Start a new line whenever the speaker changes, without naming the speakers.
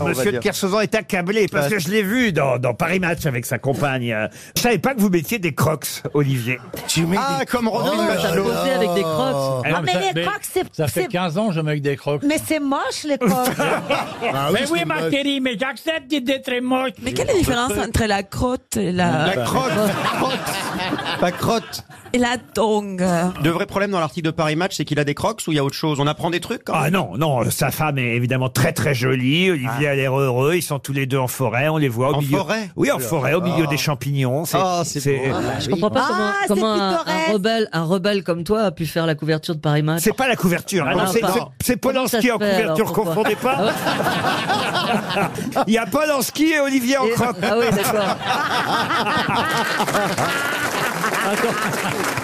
va
Monsieur de
dire.
Kersauzon est accablé parce que je l'ai vu dans, dans Paris Match avec sa compagne. Euh, Je savais pas que vous mettiez des crocs, Olivier.
Ah, comme Rodrigue
Oh
là là.
Bachelot.
Bosser avec des
Oh.
crocs.
Ah, mais les crocs, c'est-
Ça fait
c'est-
15 ans que je mets avec des crocs.
Mais c'est moche, les crocs.
mais oui, ma chérie, mais j'accepte d'être très moche.
Mais quelle est la différence entre la crotte et la,
La crotte, la crotte, la crotte.
et la tongue
De vrai problème dans l'article de Paris Match, c'est qu'il a des crocs ou il y a autre chose. On apprend des trucs. quand même.
Ah non, non, euh, sa femme est évidemment très très jolie, Olivier a l'air heureux, ils sont tous les deux en forêt, on les voit au
En
milieu.
forêt
Oui, en forêt, au milieu des champignons. c'est-
Ah, c'est beau.
Je comprends pas
Ah,
comment-
c'est
comment, un,
pittoresque.
un rebelle, un rebelle comme toi a pu faire la couverture de Paris Match.
C'est pas la couverture,
Ah
non,
non,
c'est-
pardon.
c'est- c'est
Comment ça
Polanski
se
en
fait, alors,
couverture,
pourquoi
confondez pas. Il y a Polanski et Olivier en
Et-
crocs.
Ah oui, d'accord.